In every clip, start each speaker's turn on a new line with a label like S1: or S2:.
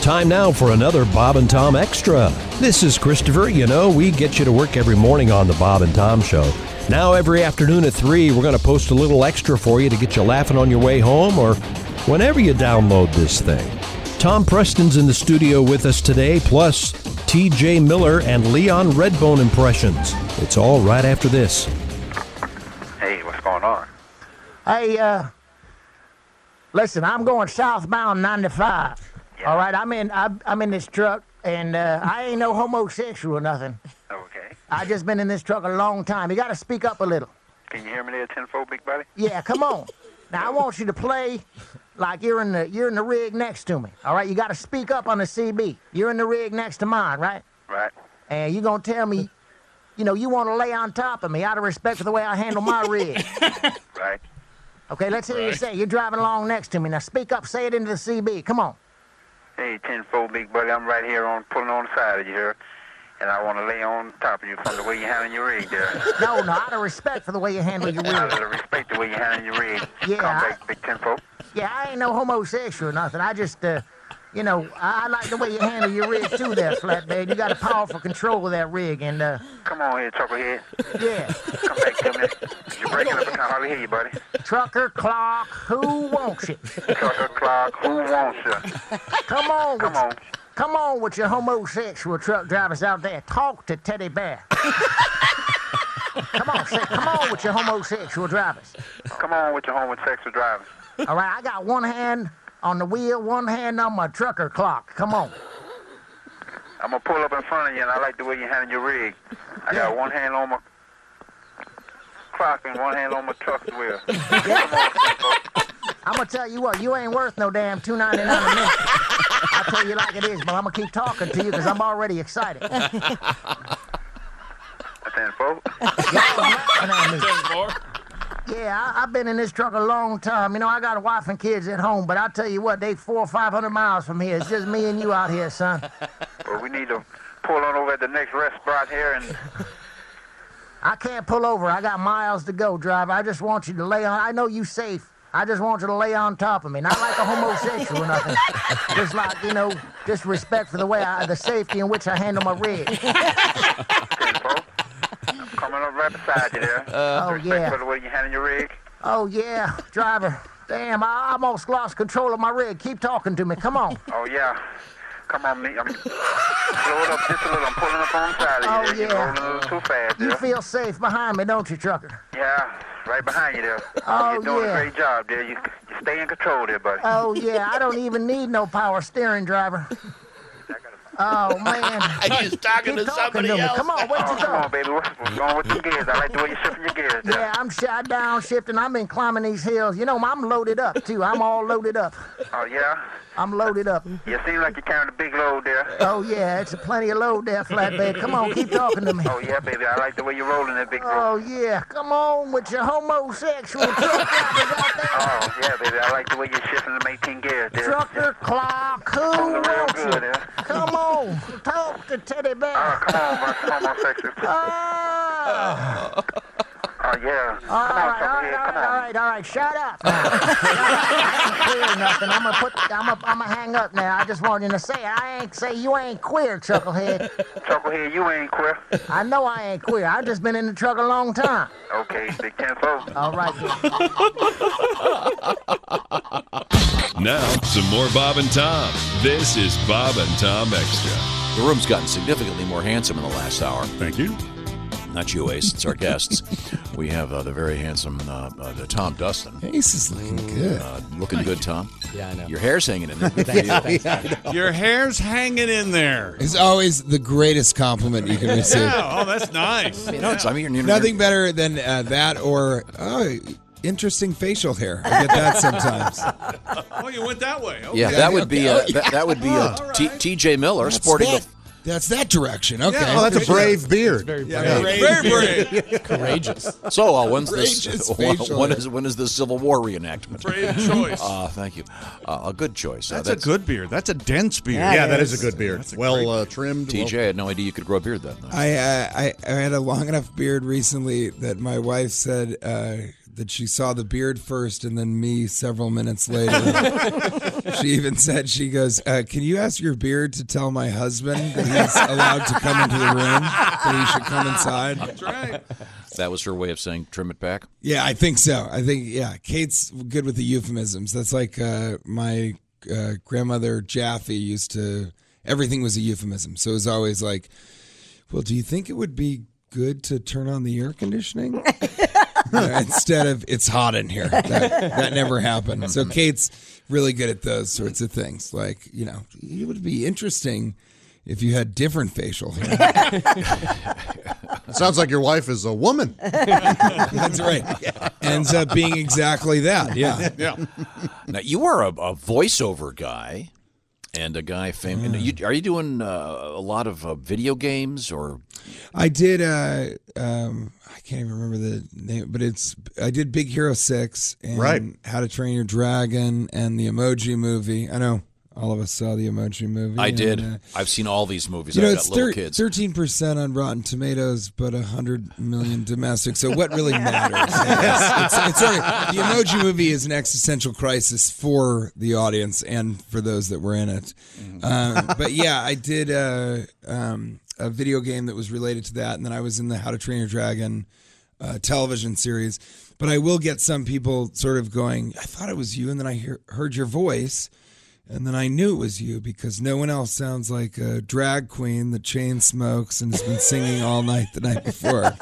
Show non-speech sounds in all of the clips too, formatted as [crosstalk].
S1: Time now for another Bob and Tom Extra. This is Christopher. You know, we get you to work every morning on the Bob and Tom Show. Now, every afternoon at 3, we're going to post a little extra for you to get you laughing on your way home or whenever you download this thing. Tom Preston's in the studio with us today, plus TJ Miller and Leon Redbone impressions. It's all right after this.
S2: Hey, what's going on?
S3: Hey, uh, listen, I'm going southbound 95. All right, I'm in. I'm, I'm in this truck, and uh, I ain't no homosexual or nothing.
S2: Okay.
S3: I just been in this truck a long time. You got to speak up a little.
S2: Can you hear me there, tenfold, big buddy?
S3: Yeah, come on. Now I want you to play like you're in the you're in the rig next to me. All right, you got to speak up on the CB. You're in the rig next to mine, right?
S2: Right.
S3: And you gonna tell me, you know, you want to lay on top of me out of respect for the way I handle my rig.
S2: Right.
S3: Okay, let's hear you say. it. You're driving along next to me. Now speak up. Say it into the CB. Come on.
S2: Hey, tenfold, big buddy. I'm right here on pulling on the side of you here, and I want to lay on top of you from the way you handling your rig there.
S3: No, no, out of respect for the way you handle your
S2: Out
S3: rig.
S2: of the respect the way you handling your rig.
S3: Yeah,
S2: Come
S3: I-
S2: back, big tenfold.
S3: Yeah, I ain't no homosexual or nothing. I just, uh, you know, I, I like the way you handle your rig too there, flatbed. You got a powerful control of that rig, and uh,
S2: Come on here, chucklehead.
S3: yeah,
S2: Come back to me. You're breaking up. I can hardly hear you, buddy.
S3: trucker clock, who wants it?
S2: Chuck o'clock. Who wants you?
S3: Come on, with,
S2: Come on.
S3: come on with your homosexual truck drivers out there. Talk to Teddy Bear. come on, say, come on with your homosexual drivers.
S2: Come on with your homosexual drivers.
S3: All right, I got one hand on the wheel, one hand on my trucker clock. Come on.
S2: I'm gonna pull up in front of you, and I like the way you handle your rig. I got one hand on my clock and one hand on my truck wheel. Come on, tenfold.
S3: I'm gonna tell you what, you ain't worth no damn two ninety nine a minute. I tell you like it is, but I'm gonna keep talking to you because I'm already excited. Y'all
S2: tenfold.
S3: laughing at me. Yeah, I, I've been in this truck a long time. You know, I got a wife and kids at home, but I tell you what, they four or five hundred miles from here. It's just me and you out here, son.
S2: Well, we need to pull on over at the next rest spot here and
S3: I can't pull over. I got miles to go, driver. I just want you to lay on. I know you safe. I just want you to lay on top of me, not like a homosexual or nothing. Just like you know, just respect for the way I, the safety in which I handle my rig.
S2: tenfold. I'm coming up right beside you there.
S3: oh
S2: Respect
S3: yeah.
S2: for the way you handling your rig.
S3: Oh, yeah, driver. Damn, I almost lost control of my rig. Keep talking to me. Come on.
S2: Oh yeah. Come on, me. I'm slow it up just a little. I'm pulling up on the side of you.
S3: Oh,
S2: there.
S3: yeah.
S2: You're rolling a little too fast
S3: You
S2: there.
S3: feel safe behind me, don't you, trucker?
S2: yeah, right behind you there.
S3: Oh,
S2: You're doing
S3: yeah.
S2: a great job there. You, you stay in control there, buddy.
S3: Oh, yeah, I don't even need no power steering,
S4: [laughs]
S3: driver. Oh, man.
S4: He's talking
S3: Keep talking
S4: to somebody
S3: to me.
S4: else.
S3: Come on, where'd
S2: Oh,
S3: you
S2: come
S3: go?
S2: on, baby. What's, what's going with the gears? I like the way you're shifting your gears there.
S3: Yeah, I'm shot down, shifting. I've been climbing these hills. You know, I'm loaded up, too. I'm all loaded up.
S2: Oh, yeah?
S3: I'm loaded up.
S2: You seem like you're carrying a big load there.
S3: Oh, yeah, it's a plenty of load there, flatbed. Come on, keep talking to me.
S2: Oh, yeah, baby. I like the way you're rolling that big roll.
S3: Oh, yeah, come on with your homosexual truck drivers out there.
S2: [laughs] Oh, yeah, baby. I like the way you're shifting them 18 gears there.
S3: Trucker clock, who
S2: Rolling real
S3: wants
S2: good
S3: it?
S2: there.
S3: Come on, talk to Teddy
S2: Oh,
S3: Bear.
S2: come on, bunch of homosexuals. Oh,
S3: Ah.
S2: yeah. Come
S3: all
S2: on,
S3: right, all right,
S2: Chucklehead.
S3: all right, all
S2: Come on.
S3: right, all right. Shut up. now. I ain't queer nothing. I'm gonna put. I'm gonna. I'm gonna hang up now. I just wanted to say I ain't say you ain't queer, Chucklehead.
S2: Chucklehead, you ain't queer.
S3: I know I ain't queer. I've just been in the truck a long time.
S2: Okay, big tenfold.
S3: All right. then.
S5: Now, some more Bob and Tom. This is Bob and Tom Extra.
S4: The room's gotten significantly more handsome in the last hour.
S5: Thank you.
S4: Not you, Ace. It's
S1: [laughs]
S4: our guests. We have uh, the very handsome uh, uh, the Tom Dustin.
S6: Ace is looking good.
S4: Uh, looking good, Tom.
S6: Yeah, I know.
S4: Your hair's hanging in
S6: [laughs]
S4: there. Good for you. [laughs]
S7: Oh.
S8: Your hair's hanging in there.
S6: It's always the greatest compliment you can
S8: [laughs]
S7: [laughs]
S6: receive.
S8: Yeah. Oh, that's nice.
S4: No, it's, I mean, you're,
S6: Nothing better than uh, that or, oh, interesting facial hair. I get that sometimes.
S8: Oh, you went that way. Okay.
S4: Yeah, that would be uh,
S6: Okay.
S4: that, that would be uh,
S8: All right.
S4: T- T.J. Miller sporting.
S6: that,
S4: a-
S6: that's that direction. Okay.
S8: Yeah, Oh, that's a
S7: brave beard.
S8: Very brave.
S7: Courageous.
S4: so uh, when's this?
S6: Outrageous
S4: [laughs] When,
S6: facial
S4: when
S6: hair.
S4: is when is the Civil War reenactment?
S8: Brave choice.
S7: Oh,
S4: Uh, thank you. Uh, a good choice. Uh,
S8: that's, a good beard. That's a dense beard.
S7: Yeah, that is a good beard.
S8: That's a great
S7: well uh, trimmed.
S4: T.J. I had no idea you could grow a beard that much.
S6: I, uh, I I had a long enough beard recently that my wife said uh, that she saw the beard first and then me several minutes later. she even said, "She goes, uh, can you ask your beard to tell my husband that he's allowed to come into the room, that he should come inside?"
S8: That's right.
S4: that was her way of saying trim it back.
S6: Yeah, I think so. I think yeah, Kate's good with the euphemisms. That's like uh, my uh, grandmother Jaffe used to. Everything was a euphemism, so it was always like, "Well, do you think it would be good to turn on the air conditioning?" You know, Instead of "It's hot in here," that, that never happened. So Kate's really good at those sorts of things. Like you know, it would be interesting if you had different facial hair. [laughs]
S7: It sounds like your wife is a woman.
S6: That's right. Ends up being exactly that. Yeah.
S8: Yeah.
S4: Now you are a, a voiceover guy, and a guy famous. You, are you doing uh, a lot of uh, video games or?
S6: I did. Uh, um, I can't even remember the name, but it's. I did Big Hero Six and
S7: Right.
S6: How to Train Your Dragon and the Emoji Movie. I know all of us saw the Emoji Movie.
S4: I
S6: and,
S4: did.
S6: uh,
S4: I've seen all these movies.
S6: you know,
S4: I've
S6: it's
S4: got little kids.
S6: thirteen percent on Rotten Tomatoes, but hundred million domestic. So what really matters? Yes, it's, it's already- the Emoji Movie is an existential crisis for the audience and for those that were in it.
S4: Mm-hmm.
S6: Um,
S4: [laughs]
S6: but yeah, I did a, um, a video game that was related to that, and then I was in the How to Train Your Dragon uh, television series. But I will get some people sort of going, I thought it was you, and then I hear, heard your voice. And then I knew it was you because no one else sounds like a drag queen that chain smokes and has been singing all night the night before.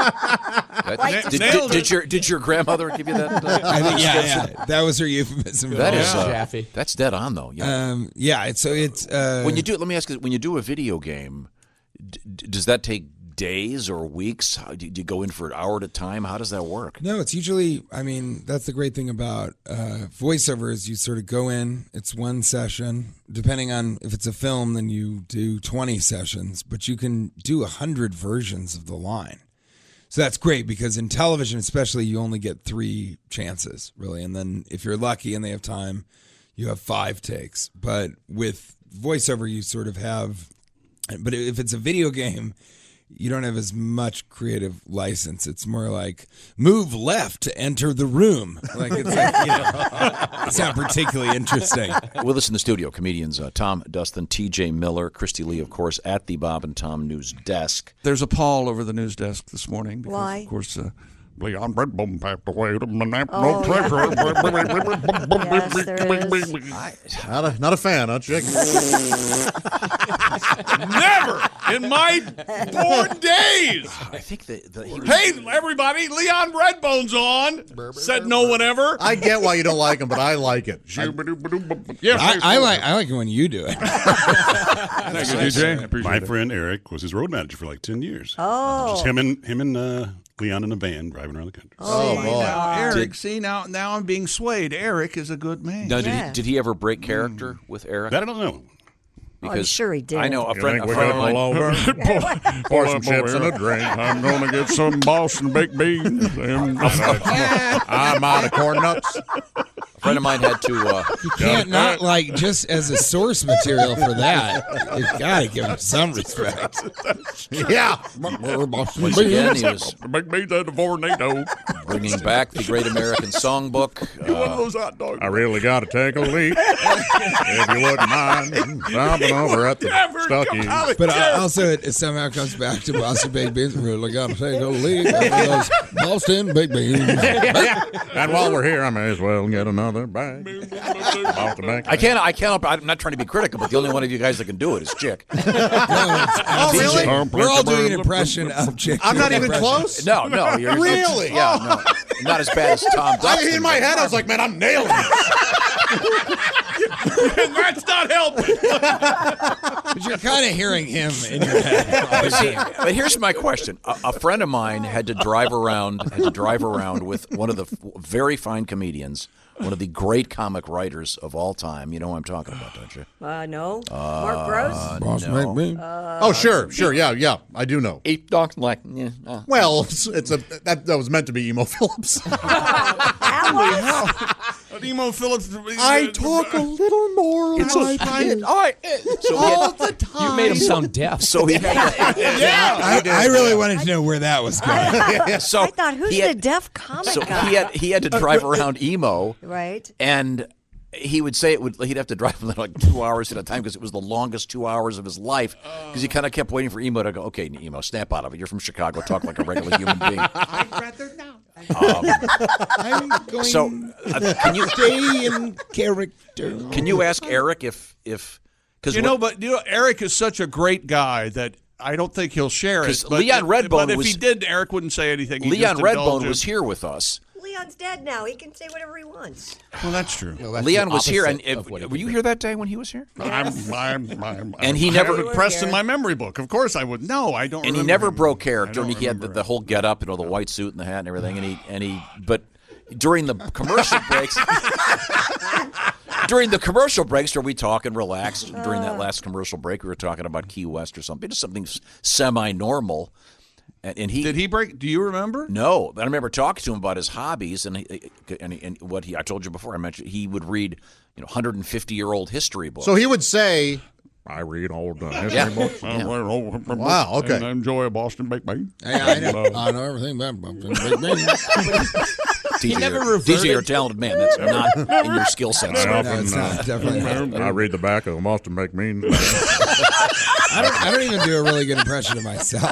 S4: That-
S8: Like-
S4: did,
S8: Nailed
S4: did,
S8: it.
S4: did your did your grandmother give you that?
S6: I
S4: Uh,
S6: think, yeah, yeah, that was her euphemism.
S4: that
S6: for
S4: is
S6: it.
S4: uh,
S7: Jaffe.
S4: that's dead on though. Yeah.
S6: um, yeah. It's, so it's uh,
S4: when you do, let me ask you: When you do a video game, d- d- does that take days or weeks? How, do you go in for an hour at a time? How does that work?
S6: No, it's usually. I mean, that's the great thing about uh, voiceover is you sort of go in. It's one session. Depending on if it's a film, then you do twenty sessions, but you can do a hundred versions of the line. So that's great because in television, especially, you only get three chances really, and then if you're lucky and they have time, you have five takes. But with voiceover, you sort of have. But if it's a video game, you don't have as much creative license. It's more like move left to enter the room. Like it's like you know, [laughs] it's not particularly interesting.
S4: With us in the studio, comedians uh, Tom Dustin, T.J. Miller, Christy Lee, of course, at the Bob and Tom News Desk.
S9: There's a pall over the news desk this morning because,
S10: Why?
S9: of course, uh,
S8: Leon Redbone passed away.
S10: Oh, Yes, there is.
S7: [laughs] Not a, not a fan, huh, Chick?
S8: Never in my
S4: [laughs]
S8: born days.
S4: I think that the, he was-
S8: Hey, everybody, Leon Redbone's on. Said no one ever.
S7: I get why you don't like him, but I like it. I-
S8: Yeah,
S6: I, I like I like it when you do
S5: [laughs]
S6: it.
S5: Thank you, DJ. My friend Eric was his road manager for like ten years.
S10: Oh.
S5: Just him and him and uh, Leon in a van driving around the country.
S7: oh, boy.
S9: now, Eric. See now, now I'm being swayed. Eric is a good man.
S4: now, did,
S10: Yeah.
S4: he, did he ever break character with Eric?
S5: That I don't know.
S10: Oh, I'm sure he did.
S4: I know a friend, a friend of mine.
S5: [laughs] Pour some chips and a drink. I'm gonna get some Boston baked beans. And
S7: I'm out of corn nuts.
S4: A friend of mine had to. Uh,
S6: You can't not like just as a source material for that. You gotta give him some respect.
S7: Yeah.
S4: [laughs] once again, he was
S5: baked beans and a tornado.
S4: bringing back the Great American Songbook.
S5: One of
S4: Uh,
S5: those hot dogs.
S7: I really got to take a [laughs] leak. if you wouldn't mind, stopping over at the Stucky.
S6: But I- also, it, it somehow comes back to Boston baked beans. We're like, I'm taking a leak. over those Boston baked [laughs] beans.
S7: And while we're here, I may as well get another bag. Off the bank.
S4: I can't. I can't. I'm not trying to be critical, but the only one of you guys that can do it is Chick. [laughs]
S6: oh,
S7: really?
S6: We're all doing an impression of Chick.
S7: I'm not even
S6: Impression.
S7: close.
S4: No, no. You're,
S7: Really?
S4: Yeah. No, not as bad as Tom.
S7: I,
S4: Dustin,
S7: in my
S4: but-
S7: head, I was like, man, I'm nailing it.
S8: [laughs] That's not helping.
S6: But you're kind of hearing him in your head. all the
S4: But see,
S6: time.
S4: but here's my question: a, a friend of mine had to drive around, had to drive around with one of the f- very fine comedians, one of the great comic writers of all time. You know who I'm talking about, don't you?
S10: Uh, no. Mark Gross?
S7: Boss
S4: no.
S7: McBean?
S6: Uh,
S7: oh, sure, sure, yeah, yeah, I do know.
S4: Eight dogs like, yeah, uh.
S7: well, it's, it's a that, that was meant to be Emo [laughs] Phillips.
S8: But Emo Phillips.
S7: I talk a little more.
S8: It's
S7: like
S8: a-
S7: it.
S4: I, so
S7: all the time.
S8: You made him
S1: sound deaf.
S4: So he had,
S6: I, I really wanted to know where that was going.
S4: so
S10: I thought, who's
S4: he had-
S10: the deaf comic
S4: so
S10: guy?
S4: he had he had to drive around emo,
S10: right?
S4: and he would say it would. He'd have to drive [laughs] like two hours at a time because it was the longest two hours of his life. Because he kind of kept waiting for emo to go. Okay, emo, snap out of it. You're from Chicago. Talk like a regular human being.
S8: I'd rather not.
S6: [laughs] I'm going
S4: So uh, can you
S6: stay in character.
S4: can you ask Eric if if because
S8: You know, but you know, Eric is such a great guy that I don't think he'll share it.
S4: 'Cause
S8: But
S4: Leon Redbone
S8: but if
S4: was-
S8: he did, Eric wouldn't say anything. He
S4: Leon
S8: just indulged
S4: Redbone
S8: him.
S4: was here with us.
S10: Leon's dead now. He can say whatever he wants.
S8: Well, that's true.
S4: Leon was here, and if, were you here that day when he was here?
S7: [laughs]
S8: I'm, I'm, I'm,
S4: And he
S8: I
S4: never-
S8: have it pressed in my memory book. Of course, I would. No, I don't.
S4: and he
S8: remember
S4: never
S8: him.
S4: broke
S8: I
S4: character.
S8: don't
S4: And he had the, the whole get up, you know, the white suit and the hat and everything. And he and he, but during the
S8: [laughs]
S4: commercial breaks, during the commercial breaks, where we talk and relax. During that last commercial break, we were talking about Key West or something, just something semi-normal. And, and he
S8: Did he break? Do you remember?
S4: no, but I remember talking to him about his hobbies and he- uh, and, he- and what he. I told you before. I mentioned he would read, you know, 150 year old history books.
S7: So he would say,
S8: I read all the
S4: history Yeah. books.
S8: Oh,
S7: Wow, okay.
S8: And I enjoy Boston Baked Bean.
S6: Yeah, I know,
S8: And, uh,
S6: I know everything about Boston Big [laughs] Ben.
S4: DJ,
S6: never
S4: you're-
S6: reverted.
S4: DJ, you're a talented man. That's not in your skill set.
S7: I
S4: sir.
S7: often,
S6: No, it's not,
S7: uh,
S6: definitely not.
S7: I read the back of Boston McBean.
S6: I don't, I don't even do a really good impression of myself.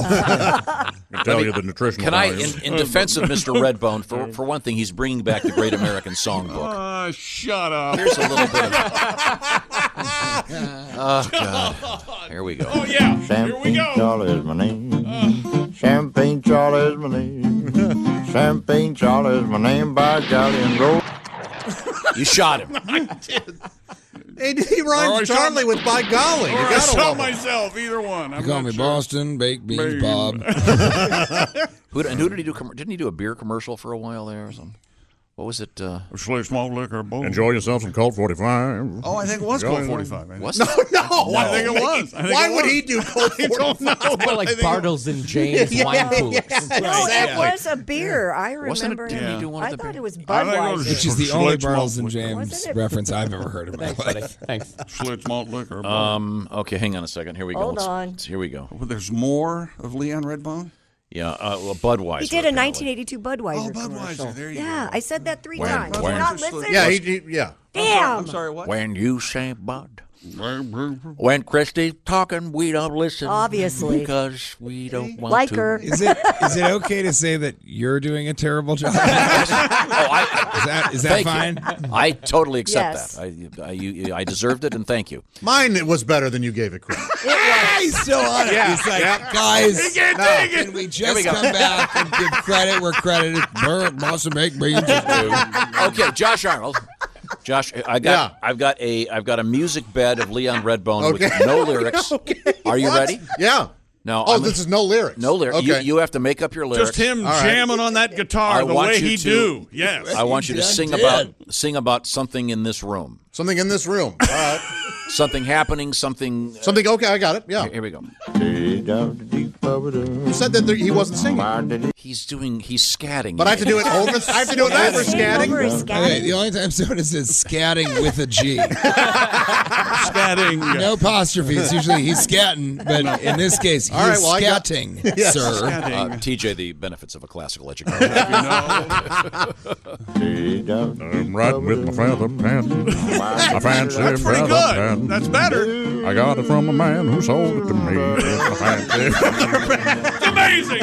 S7: Can tell you the nutritional
S4: Can I,
S7: value.
S4: in, in defense of Mr. Redbone, for, for one thing, he's bringing back the Great American Songbook.
S8: Ah,
S4: [laughs]
S8: shut up.
S4: Here's a little bit of. Oh, God. Here we go.
S8: Oh yeah. Here we
S11: Champagne
S8: go.
S11: Charlie is my name. Champagne Charlie is my name. Champagne Charlie is my name. By golly, and roll.
S4: You shot
S8: [laughs]
S4: him.
S7: He, he
S8: Or I
S7: rhymes
S8: shall-
S7: Charlie with by golly. You
S8: Or I
S7: gotta
S8: sell
S7: love him.
S8: myself. Either one. I'm
S6: You call
S8: not
S6: me
S8: sure.
S6: Boston Baked Beans
S8: Beans.
S6: Bob.
S4: Who, and who did he do? comm- Didn't he do a beer commercial for a while there or something? What was it? Uh,
S8: Slick small liquor bowl.
S7: Enjoy yourself some Colt 45.
S8: Oh, I think it was
S7: Go
S8: Colt
S7: on.
S8: 45. I think.
S7: [laughs]
S4: was
S7: No,
S4: it?
S7: no,
S8: I think it was. I think
S7: Why
S8: it
S7: would
S8: was.
S7: he do Colt
S8: I don't
S7: 45?
S8: know. but I
S12: like
S8: think it was.
S12: Bartles and James wine coolers.
S10: No, it
S8: Exactly.
S10: was a beer. I remember.
S4: Wasn't it? Didn't
S8: Yeah.
S4: he do one
S10: I
S4: of the
S10: thought
S4: beer-
S10: it was
S8: I think it was-
S10: Budweiser.
S6: Which is the only Bartles and James
S10: Wasn't it-
S6: reference I've ever heard in my life.
S12: Thanks.
S8: Schlitz malt liquor. bowl.
S4: Um. Okay, hang on a second. Here we go.
S10: Hold
S4: Let's-
S10: on.
S4: Here we go.
S8: Well, there's more of Leon Redbone.
S4: Yeah. Uh, well, Budweiser.
S10: He did a
S4: apparently.
S10: 1982 Budweiser.
S8: Oh,
S10: commercial.
S8: Budweiser. There you
S10: yeah,
S8: go.
S10: I said that three
S4: When-
S10: times.
S4: when-
S10: You're not listening.
S7: Yeah, he, he, yeah.
S10: Damn.
S8: I'm sorry. What?
S4: When you say Bud.
S8: Well,
S4: When Christy's talking, we don't listen.
S10: Obviously.
S4: Because we don't want
S10: Like
S4: to.
S10: her.
S6: Is it is it okay to say that you're doing a terrible job? [laughs] is
S4: Oh, I,
S6: that is that
S4: Thank
S6: fine?
S4: You. I totally accept
S10: Yes.
S4: that. I, I, you, I deserved it, and thank you.
S7: Mine it was better than you gave it credit.
S6: Ah, he's still on it. He's like, guys,
S8: can't
S6: no,
S8: take
S6: can we just
S4: we go.
S6: come back and give credit where credit is Bur- Boston Baked Beans is due?
S4: Okay, Josh Arnold. Josh, I got,
S7: Yeah.
S4: I've got a, I've got a music bed of Leon Redbone
S7: Okay. [laughs]
S4: with no lyrics. Are you ready?
S7: Yeah.
S4: No.
S7: Oh,
S4: I'm-
S7: this is no lyrics.
S4: no lyrics. You,
S7: Okay.
S4: you have to make up your lyrics.
S8: Just him
S7: All right.
S8: jamming on that guitar
S4: I
S8: the
S4: want
S8: way
S4: you
S8: he
S4: to-
S8: do. Yes.
S4: I want you to sing
S6: did.
S4: about, sing about something in this room.
S7: Something in this room. All right.
S4: Something happening. Something. uh,
S7: Something. Okay, I got it. Yeah.
S4: Here we go.
S7: You said that there, he wasn't singing,
S4: He's doing. He's scatting.
S7: but I have to do it
S4: [laughs]
S7: over. I have to do it over
S10: Over
S7: scatting.
S10: his
S6: Okay,
S10: scatting.
S6: the only time someone says scatting with a G.
S8: Scatting.
S6: No apostrophes. Usually he's scatting, but in this case, he's
S7: All right, well, I got-
S6: scatting,
S7: Yes.
S6: sir.
S4: Uh,
S8: Scatting.
S4: TJ, the benefits of a classical education.
S8: You know.
S7: I'm riding with my feather pants. My fancy
S8: That's pretty good. That's better.
S7: I got it from a man who sold it to me.
S8: It's amazing.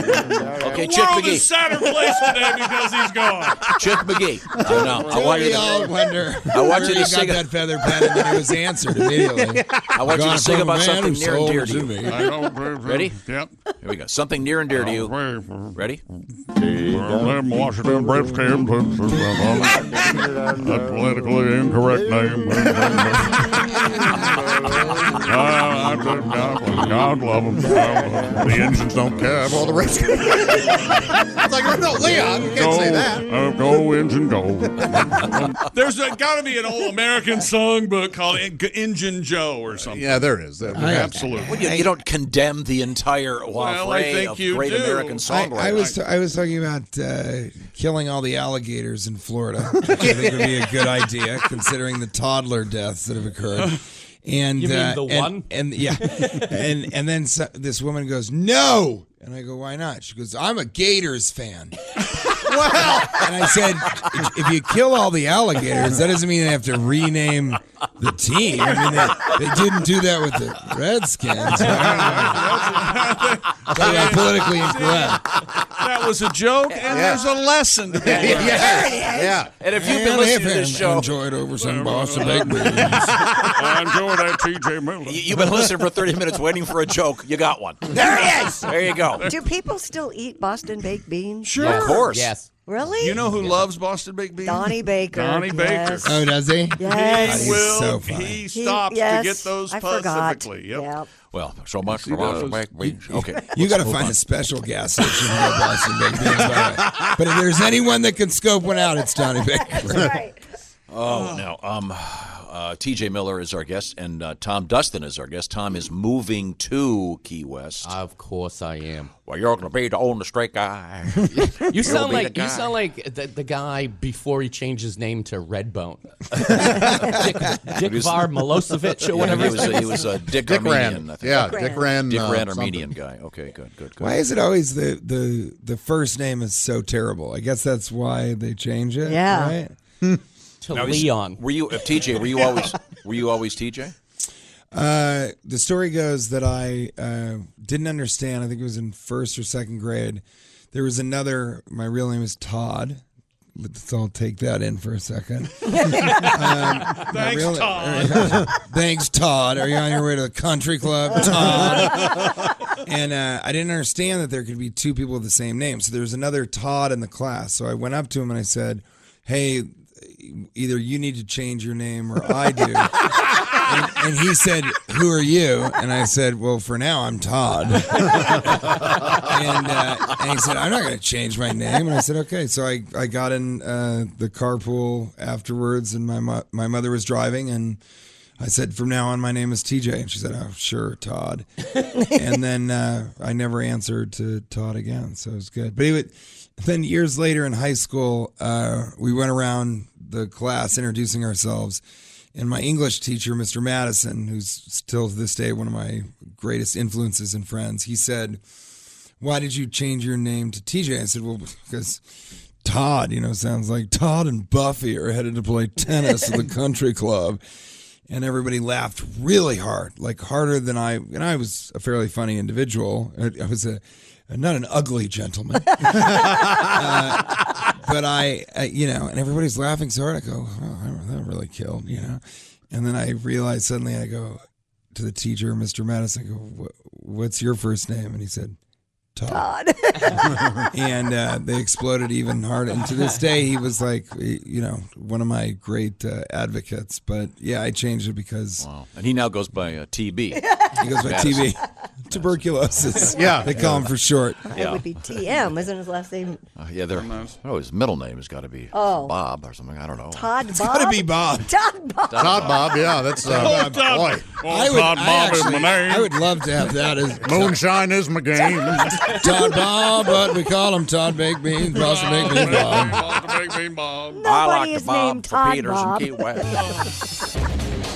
S4: Okay,
S8: the
S4: Chick
S8: world is
S4: McGee.
S8: sadder place today because he's gone.
S4: Chick McGee. I know. I want you
S6: We
S4: to.
S6: all wonder.
S4: I want you
S6: where
S4: to
S6: he
S4: sing
S6: got
S4: a-
S6: that feather pen, and then it was answered
S4: [laughs]
S6: immediately.
S4: I want you
S6: Gone
S4: to sing
S6: from a
S4: about
S6: man
S4: something
S6: who
S4: near and dear
S6: sold
S4: to
S6: it
S4: you.
S6: me.
S4: Ready?
S8: Yep.
S4: Here we go. Something near and dear to you. Ready?
S8: Them Washington Redskins.
S9: [laughs]
S7: Politically incorrect name. Ah, I, I, I, God love them. The engines don't care for the rest.
S12: it's like, oh, no, Leon, you can't
S7: go,
S12: say that.
S7: Uh, go, engine, go.
S9: There's got to be an old American songbook called En- Engine Joe or something.
S4: Yeah, there is. There- there is.
S9: Absolutely.
S4: Well, you, you don't condemn the entire
S9: Well, I
S4: offering
S9: think
S4: of
S9: you
S4: great
S9: do.
S4: American songwriters.
S6: I, I was I was talking about uh, killing all the alligators in
S13: [laughs]
S6: Florida. I think would be a good idea considering the toddler deaths that have occurred. And
S13: You mean
S6: uh,
S13: the
S6: and-
S13: one? [laughs]
S6: and yeah, and and then so, this woman goes no, and I go why not? She goes I'm a
S13: [laughs]
S6: Gators fan.
S12: Well,
S6: And I said, "If- if you kill all the alligators, that doesn't mean they have to rename the team. I mean, they, they didn't do that with the Redskins.
S13: [laughs]
S6: Talking about politically incorrect.
S9: That was a joke, and
S6: Yeah.
S9: there's a lesson to be learned.
S6: Yeah. There it is. Yeah.
S4: And if you've
S6: And
S4: been
S6: I
S4: listening to
S6: have
S4: this
S6: en-
S4: show,
S6: enjoyed over some Boston baked beans.
S7: I enjoy that TJ Miller.
S4: You- You've been listening for 30 minutes waiting for a joke. You got one. There it is. There you go.
S10: Do people still eat Boston baked beans?
S4: Sure. Of course. Yes.
S10: Really?
S9: You know who loves Boston baked beans?
S10: Donnie Baker. Uh,
S9: Donnie Baker.
S10: yes.
S6: [laughs] Oh, does he?
S10: Yes.
S6: He's
S9: He will.
S6: so funny.
S9: He stops
S10: yes,
S9: to get those
S10: I forgot.
S9: specifically. Yep.
S4: [laughs] Well, so much for Boston baked beans. Okay.
S7: [laughs]
S6: You
S4: let's
S6: got to
S4: move
S6: find
S4: on.
S6: a special gas station for Boston baked beans. By the way. But if there's anyone that can scope one out, it's Johnny Baker.
S4: Oh, no. Um, uh, TJ Miller is our guest, and uh, Tom Dustin is our guest. Tom is moving to Key West. Of course I am. Well, you're going to be the only straight guy.
S13: You sound
S4: be the
S13: like
S4: guy.
S13: you sound like the, the guy before he changed his name to Redbone.
S4: [laughs]
S13: Dick,
S4: He
S13: Dick
S4: was-
S13: Var Milosevic or whatever.
S4: [laughs] Yeah,
S13: his
S4: he was.
S13: name
S4: He
S7: [laughs]
S4: was a Dick,
S13: Dick
S4: Armenian.
S13: Rand.
S4: I think.
S13: Yeah, Dick Dick Rand.
S4: Dick
S13: Rand,
S4: Rand,
S13: uh,
S4: Armenian guy. Okay, good, good, good.
S6: [laughs] Why is it always the, the the first name is so terrible? I guess that's why they change it.
S13: Yeah.
S6: Right?
S13: to
S4: Now, he's-
S13: Leon.
S4: Were you uh, TJ? Were you
S7: [laughs]
S4: always? Were you always TJ?
S6: Uh, the story goes that I uh, didn't understand. I think it was in first or second grade. There was another. My real name is Todd. Let's all take that in for a second. Um, my
S12: Thanks,
S6: real-
S12: Todd.
S6: [laughs] Thanks, Todd. Are you on your way to the country club,
S12: [laughs]
S6: Todd? and uh, I didn't understand that there could be two people with the same name. So there was another Todd in the class. So I went up to him and I said, "Hey, either you need to change your name or
S12: [laughs]
S6: I do." and, and he said, "Who are you?" And I said, "Well, for now, I'm Todd." [laughs] and, uh, and he said, "I'm not going to change my name." And I said, "Okay." So I, I got in uh, the carpool afterwards, and my mo- my mother was driving, and I said, "From now on, my name is TJ." And she said, "Oh, sure, Todd." and then uh, I never answered to Todd again, so it was good. But he would, then years later in high school, uh, we went around the class introducing ourselves. And my English teacher, Mr. Madison, who's still to this day one of my greatest influences and friends, he said, Why did you change your name to TJ? I said, Well, because Todd, you know, sounds like Todd and Buffy are headed to play tennis at the country club. And everybody laughed really hard, like harder than I. And I was a fairly funny individual. I I was a not an ugly gentleman. [laughs] Uh, but I, I, you know, and everybody's laughing so hard. I go, oh, that really killed, you know. And then I realized suddenly, I go to the teacher, Mr. Madison, I go, "Wh- what's your first name? And he said, Todd. and uh, they exploded even harder. And to this day, he was like, you know, one of my great uh, advocates. But yeah, I changed it because
S4: And he now goes by uh, TB.
S6: he goes by
S4: Madison.
S6: TB. [laughs] Tuberculosis.
S4: Yeah.
S6: They call him for short.
S4: Yeah.
S10: It would be TM, isn't his last name?
S4: Uh, yeah, there. Oh, his middle name has got to be
S10: Oh.
S4: Bob or something. I don't know.
S10: Todd Bob.
S4: gotta be Bob.
S10: Todd Bob.
S4: Todd Bob, yeah,
S7: that's,
S4: uh,
S7: Todd Bob. boy. Old Todd Bob is my name.
S6: I would love to have that as
S7: Moonshine is my game.
S6: Todd Bob, but we call him Todd Baked Beans, Boston Baked Beans Bob.
S4: I
S12: like
S4: like
S12: the
S4: the
S12: is Bob
S4: Bob
S12: named
S4: for
S12: for Todd
S4: Peters
S12: Peters and Bob.
S4: and Key
S12: Key
S13: [laughs]